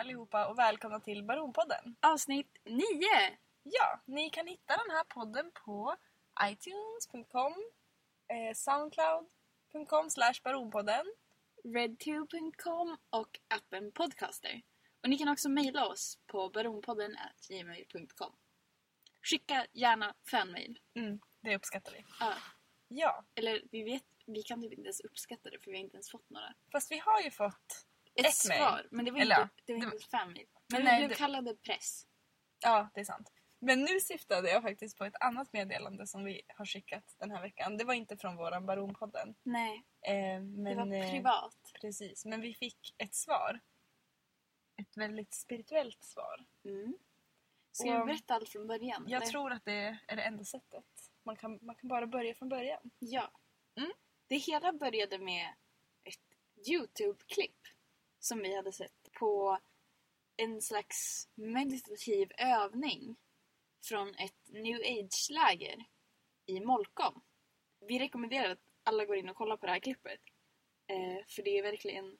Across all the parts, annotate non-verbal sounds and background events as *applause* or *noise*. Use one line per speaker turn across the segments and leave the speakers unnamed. allihopa och välkomna till Baronpodden.
Avsnitt 9!
Ja, ni kan hitta den här podden på iTunes.com, eh, Soundcloud.com slash Baronpodden.
Redtube.com och appen Podcaster. Och ni kan också mejla oss på baronpodden gmail.com. Skicka gärna fanmail.
Det uppskattar vi.
Ja.
Ja,
Eller vi vet, vi kan typ inte ens uppskatta det för vi har inte ens fått några.
fast vi har ju fått...
Ett,
Ett mail.
svar, men det var
Eller
inte,
ja,
det var
det
inte ett fanmail. Men
nej,
vi blev
det-
kallade press.
Ja, det är sant. Men nu syftade jag faktiskt på ett annat meddelande som vi har skickat den här veckan. Det var inte från våran Baronpodden.
Nej,
Eh, men,
det var
eh,
privat.
Precis, men vi fick ett svar. Ett väldigt spirituellt svar.
Mm. Ska
och-
vi berätta allt från början?
Jag
eller?
tror att det är det enda sättet. Man kan, man kan bara börja från början.
Ja.
Mm.
Det hela började med ett Youtube-klipp som vi hade sett på en slags meditativ övning från ett new age-läger i Molkom. Vi rekommenderar att alla går in och kollar på det här klippet. Eh, för det är verkligen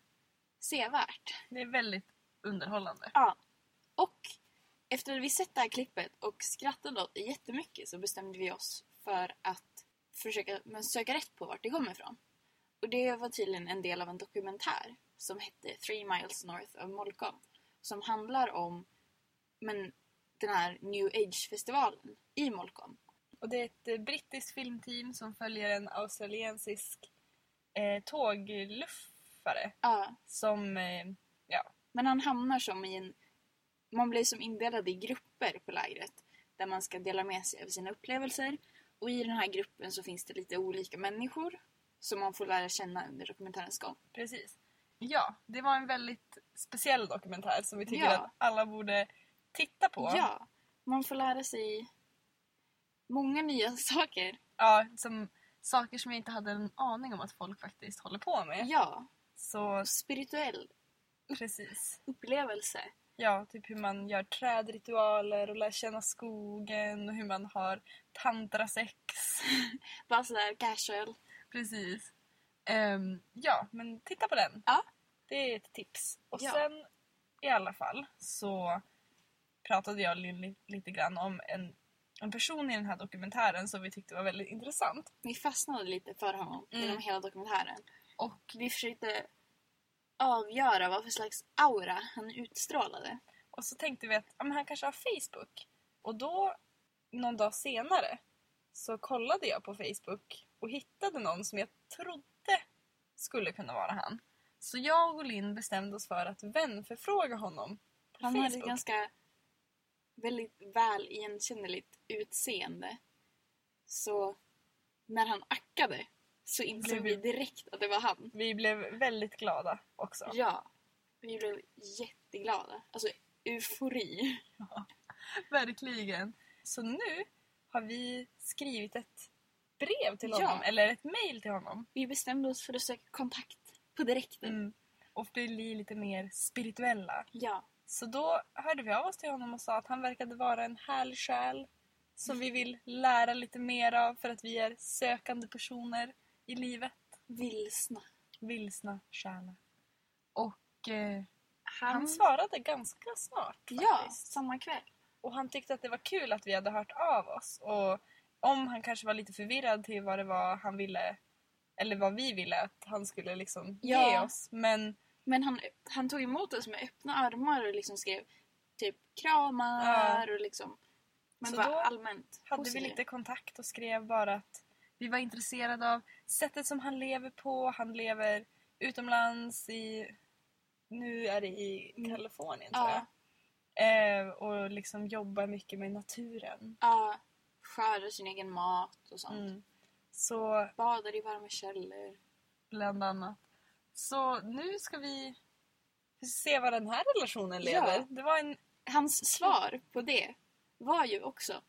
sevärt.
Det är väldigt underhållande.
Och efter att vi sett det här klippet och skrattade åt det jättemycket så bestämde vi oss för att försöka men söka rätt på vart det kommer ifrån. Och det var tydligen en del av en dokumentär som hette Three Miles North of Molkom som handlar om men, den här New Age-festivalen i Molkom.
Och det är ett eh, brittiskt filmteam som följer en australiensisk eh, tågluffare
Ja,
som... Eh,
men han hamnar som i en... Man blir som indelad i grupper på lägret där man ska dela med sig av sina upplevelser. Och i den här gruppen så finns det lite olika människor som man får lära känna under dokumentärens gång.
precis. Ja, det var en väldigt speciell dokumentär som vi tycker
Ja.
att alla borde titta på.
Ja, man får lära sig många nya *laughs* saker.
Ja, som saker som vi inte hade en aning om att folk faktiskt håller på med.
Ja,
Så
och spirituell
precis.
upplevelse.
Ja, typ hur man gör trädritualer och lär känna skogen och hur man har tantrasex. *laughs*
Bara sådär casual.
Precis. Ehm, ja, men titta på den.
Ja.
Det är ett tips. Och
Ja.
sen i alla fall så pratade jag li- lite grann om en, en person i den här dokumentären som vi tyckte var väldigt intressant.
Vi fastnade lite för honom
Mm.
genom hela dokumentären.
Och,
Vi försökte avgöra vad för slags aura han utstrålade.
och så tänkte vi att ja, men han kanske har Facebook. Och då, någon dag senare, så kollade jag på Facebook och hittade någon som jag trodde skulle kunna vara han. Så jag och Linn bestämde oss för att vänförfråga honom på
Han hade
Facebook.
ett ganska väldigt väl igenkännligt utseende. Så när han ackade så insåg
Blev-
vi direkt att det var han.
Vi blev väldigt glada också.
Ja. Vi blev jätteglada. Alltså eufori.
Verkligen. Så nu har vi skrivit ett brev till
Ja.
honom, eller ett mejl till honom.
Vi bestämde oss för att söka kontakt på direkten.
Mm. Och bli lite mer spirituella.
Ja.
Så då hörde vi av oss till honom och sa att han verkade vara en härlig själ som vi vill lära lite mer av för att vi är sökande personer i livet.
Vilsna.
Vilsna själar. Och eh,
Han,
han svarade ganska snart
Mm. Ja,
faktiskt.
samma kväll.
Och han tyckte att det var kul att vi hade hört av oss. Och om han kanske var lite förvirrad till vad det var han ville, eller vad vi ville att han skulle liksom ge
Ja.
oss. Men
Men han, han tog emot oss med öppna armar och liksom skrev typ kramar och liksom... Men
Så
bara
då
allmänt
hade
positiv.
vi lite kontakt och skrev bara att vi var intresserade av sättet som han lever på. Han lever utomlands i, nu är det i
Mm.
Kalifornien tror jag.
Ja,
Eh, och liksom jobbar mycket med naturen.
ja. Skördar sin egen mat och sånt.
Mm. Så
Badar i varma källor.
bland annat. Så nu ska vi se vad den här relationen
Ja.
leder. Det var en...
Hans svar på det var ju också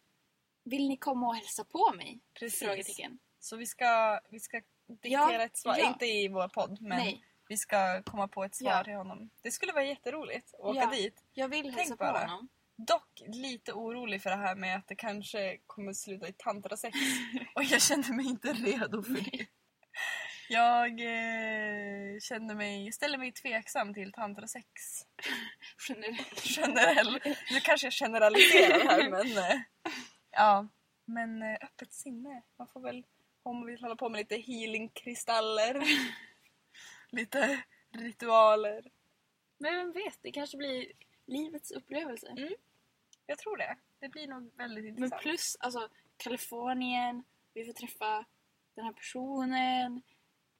Vill ni komma och hälsa på mig?
Precis.
Frågetecken.
Så vi ska, vi ska diktera
Ja,
ett svar.
ja.
Inte i vår podd, men
Nej,
vi ska komma på ett svar
Ja.
till honom. Det skulle vara jätteroligt att åka
Ja.
dit.
jag vill
tänk
hälsa på
bara.
honom.
Dock lite orolig för det här med att det kanske kommer sluta i
*laughs*
tantrasex. och jag kände mig inte redo för det. Jag eh, kände mig, ställer mig tveksam till tantrasex.
generellt.
*laughs* generell. Nu kanske jag generaliserar här men... eh, Ja. Men eh, öppet sinne. Man får väl, om man vill hålla på med lite
*laughs*
healingkristaller. lite ritualer.
*laughs* Men vem vet, det kanske blir livets upplevelse.
Jag tror det. Det blir nog väldigt
Men
intressant.
plus, alltså Kalifornien, vi får träffa den här personen.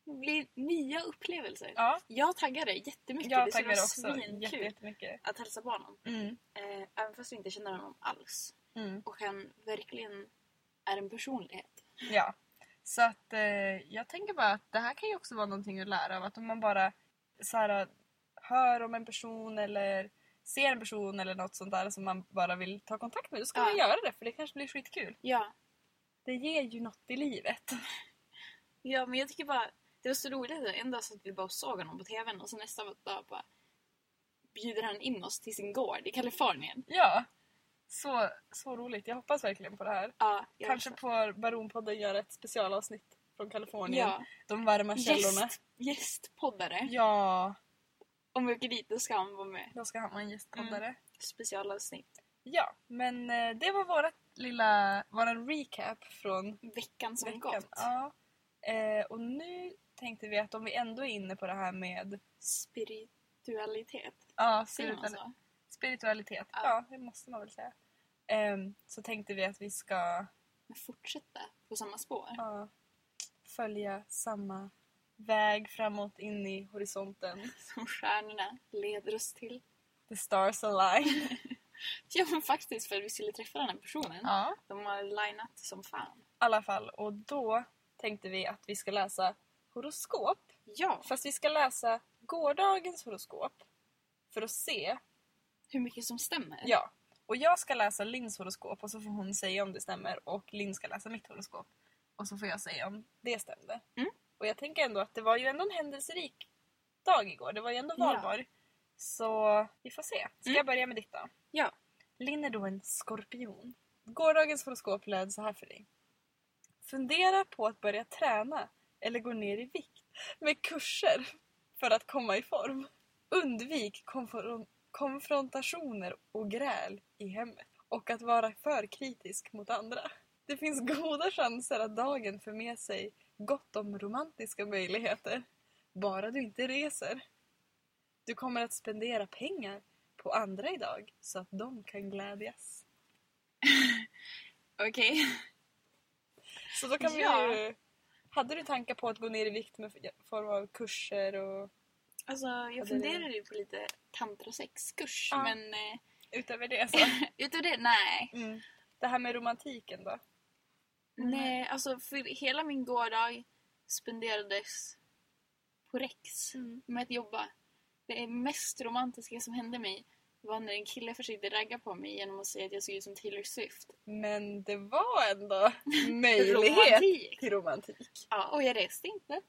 Det blir nya upplevelser.
ja,
Jag taggar dig jättemycket.
jag
det
taggar
skulle vara
också jätte-
svinkul
jättemycket.
att hälsa på honom.
Mm.
Eh, även fast vi inte känner honom alls.
Mm.
Och han verkligen är en personlighet.
Ja. Så att eh, jag tänker bara att det här kan ju också vara någonting att lära av. Att om man bara så här, hör om en person eller ser en person eller något sånt där som man bara vill ta kontakt med, då ska
Ja.
man göra det för det kanske blir skitkul.
Ja.
Det ger ju något i livet.
ja, men jag tycker bara det var så roligt. En dag satt vi bara och såg honom på tvn och så nästa dag bara bjuder han in oss till sin gård i Kalifornien.
Ja. Så, så roligt. Jag hoppas verkligen på det här.
Ja, jag
kanske får Baronpodden göra ett specialavsnitt från Kalifornien.
Ja.
De varma källorna.
Gäst, gästpoddare.
Ja,
Om vi åker dit då ska han vara med.
då ska han vara en gästpoddare.
Mm. Specialavsnitt.
Ja, men eh, det var vårt lilla, våran recap från
Veckan som
veckan.
gått.
Ja. Eh, och nu tänkte vi att om vi ändå är inne på det här med
Spiritualitet.
ja,
Säger man
spiritual-
så?
spiritualitet,
Ja.
ja det måste man väl säga. Ehm, så tänkte vi att vi ska
Men fortsätta på samma spår.
ja, följa samma väg framåt in i horisonten.
Som stjärnorna leder oss till.
The stars align.
Ja men faktiskt för att vi skulle träffa den här personen.
Ja.
De har linat som fan.
I alla fall, och då tänkte vi att vi ska läsa horoskop.
Ja.
Fast vi ska läsa gårdagens horoskop för att se.
Hur mycket som stämmer.
Ja. Och jag ska läsa Linns horoskop och så får hon säga om det stämmer och Linn ska läsa mitt horoskop. Och så får jag säga om det stämde.
Mm.
Och jag tänker ändå att det var ju ändå en händelserik dag igår. Det var ju ändå
Ja.
valborg. Så vi får se. Ska
Mm.
jag börja med ditt då?
Ja.
Linn är då en skorpion. Gårdagens horoskop löd så här för dig. Fundera på att börja träna eller gå ner i vikt med kurser för att komma i form. Undvik konfron- konfrontationer och gräl i hemmet och att vara för kritisk mot andra. Det finns goda chanser att dagen för med sig gott om romantiska möjligheter. Bara du inte reser. Du kommer att spendera pengar på andra idag så att de kan glädjas.
Okej. *laughs*
Så då kan
Ja.
vi ju... Hade du tankar på att gå ner i vikt med form av kurser och
Alltså jag
det-
funderade ju på lite tantrasexkurs
Ja.
men eh,
utöver det? Så.
utav det, nej.
*laughs* Mm. Det här med romantiken då? Mm.
Nej, alltså för hela min gårdag spenderades på Rex
Mm.
med att jobba. Det mest romantiska som hände mig var när en kille försökte ragga på mig genom att säga att jag såg ut som Taylor Swift.
Men det var ändå
*laughs*
möjlighet
Romantik!
till romantik.
Ja, och jag reste inte.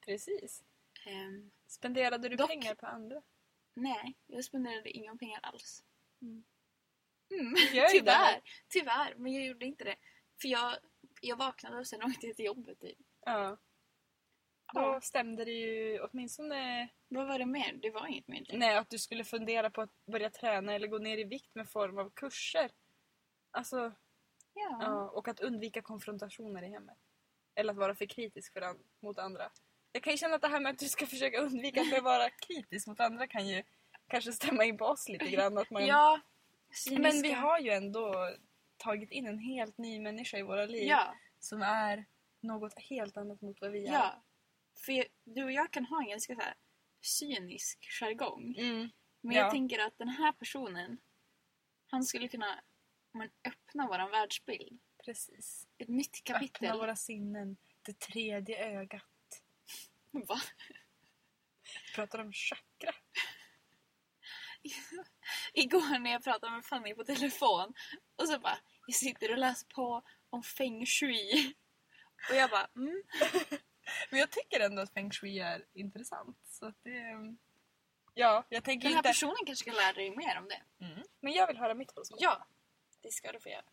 Precis.
Ehm,
Spenderade du
Dock-
pengar på andra?
nej, jag spenderade inga pengar alls.
Mm.
Mm,
Gör ju
tyvärr, tyvärr, men jag gjorde inte det. För jag, jag vaknade och sen åkte jag till jobbet. Typ.
Ja. Då
Ja.
stämde det ju åtminstone
Vad var det mer? Det var inget mer.
Nej, att du skulle fundera på att börja träna eller gå ner i vikt med form av kurser. Alltså,
Ja.
ja, och att undvika konfrontationer i hemmet. Eller att vara för kritisk för an- mot andra. Jag kan ju känna att det här med att du ska *laughs* försöka undvika att vara kritisk mot andra kan ju kanske stämma in på oss lite grann. Att man...
ja.
Men vi
cyniska.
har ju ändå tagit in en helt ny människa i våra liv
Ja,
som är något helt annat mot vad vi
ja. För jag, du och jag kan ha en ganska så här, cynisk jargong.
är. Mm.
Men
Ja.
jag tänker att den här personen, han skulle kunna men, öppna vår världsbild.
Precis.
Ett nytt kapitel.
Öppna våra sinnen, det tredje ögat.
Va?
pratar om chakra.
Igår när jag pratade med Fanny på telefon och så bara, jag sitter och läser på om feng shui. Och jag bara, mm.
Men jag tycker ändå att feng shui är intressant. Så att det... ehm, Ja, jag tänker
Den här
inte...
personen kanske kan lära dig mer om det.
Mm. Men jag vill höra mitt horoskop.
Ja, det ska du få göra.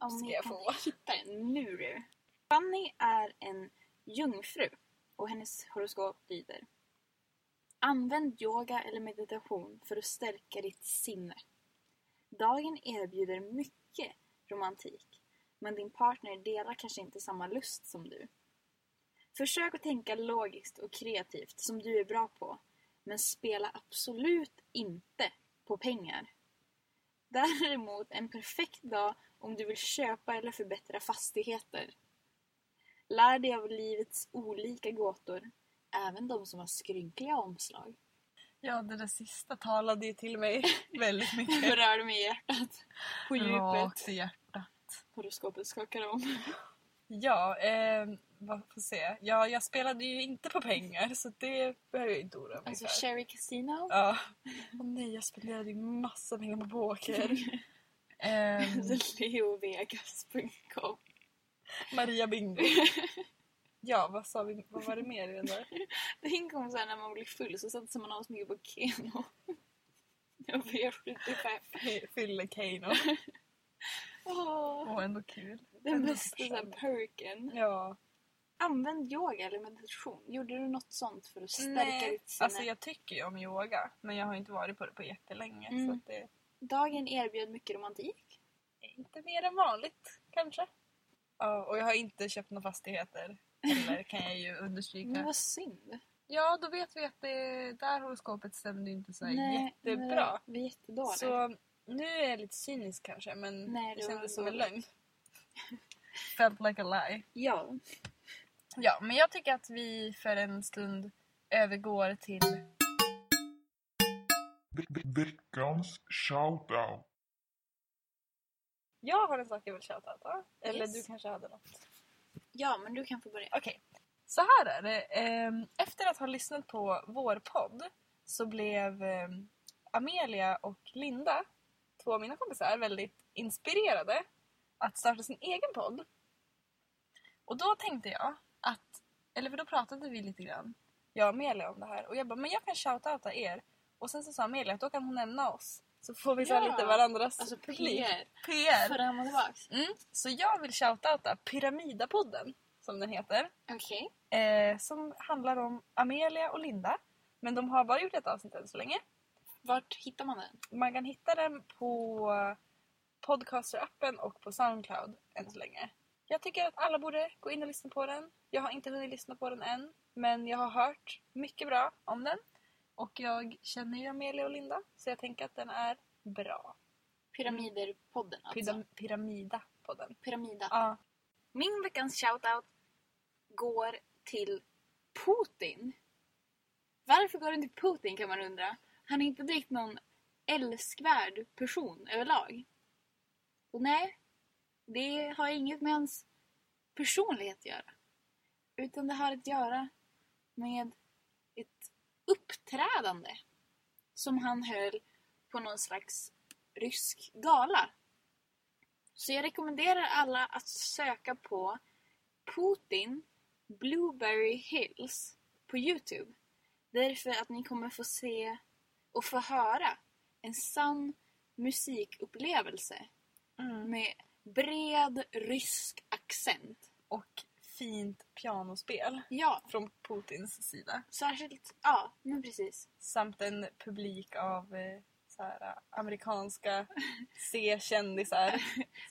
Om
Ska
ni
jag
kan
få.
hitta den nu du. Fanny är en jungfru och hennes horoskop lyder Använd yoga eller meditation för att stärka ditt sinne. Dagen erbjuder mycket romantik, men din partner delar kanske inte samma lust som du. Försök att tänka logiskt och kreativt som du är bra på, men spela absolut inte på pengar. Däremot en perfekt dag om du vill köpa eller förbättra fastigheter. Lär dig av livets olika gåtor, även de som har skrynkliga *laughs* omslag.
Ja, det där sista talade ju till mig *laughs* väldigt
*laughs* Det
mycket.
berörde mig i hjärtat. På djupet.
Rakt i hjärtat.
Horoskopet skakar om.
Ja, eh, vad får se. Ja, jag spelade ju inte på pengar så det behöver jag inte oroa mig
Alltså
för.
Sherry Casino.
Ja. Åh nej, jag spenderade ju massa pengar på poker.
*laughs*
Ehm,
Mm. Leovegas.com
Maria Bingo. Ja, vad sa vi? Vad var det mer i den där?
Tänk om så här, när man blir full så satsar man så mycket på Keno. *laughs* Jag blir *laughs* 75.
Fylle Keno.
Åh,
Åh, ändå kul.
den
ändå
bästa så
försörjd.
här, perken.
Ja.
Använd yoga eller meditation. Gjorde du något sånt för att stärka
Nej,
ditt sinne?
alltså jag tycker ju om yoga men jag har inte varit på det på jättelänge
Mm.
så att det
Dagen erbjöd mycket romantik.
är inte mer än vanligt kanske. Ja, och jag har inte köpt några fastigheter heller kan jag ju understryka.
Men vad synd.
Ja, då vet vi att det där horoskopet stämde ju inte så här jättebra.
nej, Vi är jättedåliga.
Så nu är jag lite cynisk kanske men
Nej,
det
det var
kändes som en
dåligt.
lögn. *laughs* Felt like a lie.
Ja.
Ja, men jag tycker att vi för en stund övergår till
Veckans shoutout.
Jag har en sak jag vill tjata va? Eller
Yes.
du kanske hade något.
ja, men du kan få börja.
Okej, så här är det. Ehm, Efter att ha lyssnat på vår podd så blev ehm, Amelia och Linda, två av mina kompisar, väldigt inspirerade att starta sin egen podd. Och då tänkte jag att, eller för då pratade vi lite grann, jag och Amelia om det här och jag bara, men jag kan shoutouta er. Och sen så sa Amelia att då kan hon nämna oss. Så får vi så här
Ja,
lite varandras
Alltså
pli-
PR.
PR.
Fram och tillbaks.
Mm. Så jag vill shoutouta Pyramidapodden, som den heter.
Okej.
Eh, som handlar om Amelia och Linda. Men de har bara gjort ett avsnitt än så länge.
Vart hittar man den?
Man kan hitta den på Podcaster-appen och på Soundcloud än så länge. Jag tycker att alla borde gå in och lyssna på den. Jag har inte hunnit lyssna på den än, men jag har hört mycket bra om den. Och jag känner ju Amelia och Linda, så jag tänker att den är bra.
Pyramider-podden alltså.
Pyram- Pyramida-podden.
Pyramida.
Ja.
Min veckans shoutout går till Putin. Varför går den till Putin kan man undra. Han är inte direkt någon älskvärd person överlag. Och nej, det har inget med hans personlighet att göra. Utan det har att göra med ett uppträdande som han höll på någon slags rysk gala. Så jag rekommenderar alla att söka på Putin Blueberry Hills på Youtube. Därför att ni kommer få se och få höra en sann musikupplevelse
Mm.
med bred rysk accent.
och fint pianospel
Ja,
från Putins sida.
särskilt... Ja, men precis.
Samt en publik av eh, så här, amerikanska *laughs* C-kändisar som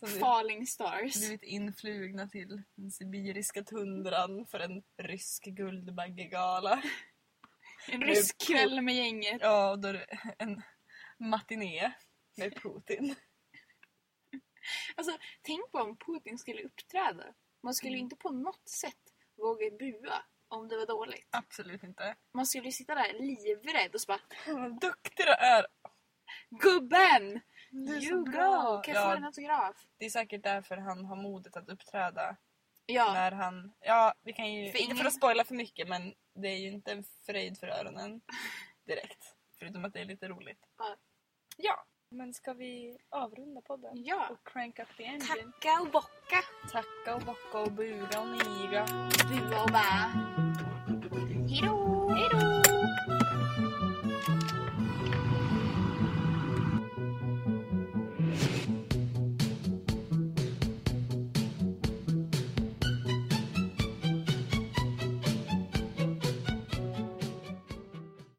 blivit-
Falling Stars.
blivit influgna till den sibiriska tundran för en rysk guldbaggegala.
En rysk kväll med gänget.
Ja, och då är det en matiné med Putin.
Alltså, tänk på om Putin skulle uppträda. Man skulle ju inte på något sätt våga bua om det var dåligt.
Absolut inte.
Man skulle ju sitta där livrädd och så bara
Vad duktig du är!
Gubben!
Du är så
You
bra."
go! Kan jag få en
Ja,
autograf?
det är säkert därför han har modet att uppträda
Ja,
När han, ja, vi kan ju, Mm.
För
inte för
ingen-
att spoila för mycket men det är ju inte en fröjd för *laughs* öronen direkt. Förutom att det är lite roligt.
Ja.
Ja, men ska vi avrunda podden?
ja.
Och crank up the engine.
Tacka och bocka.
Tacka och bocka och buga och niga.
Bua och bä. Hejdå! Hejdå!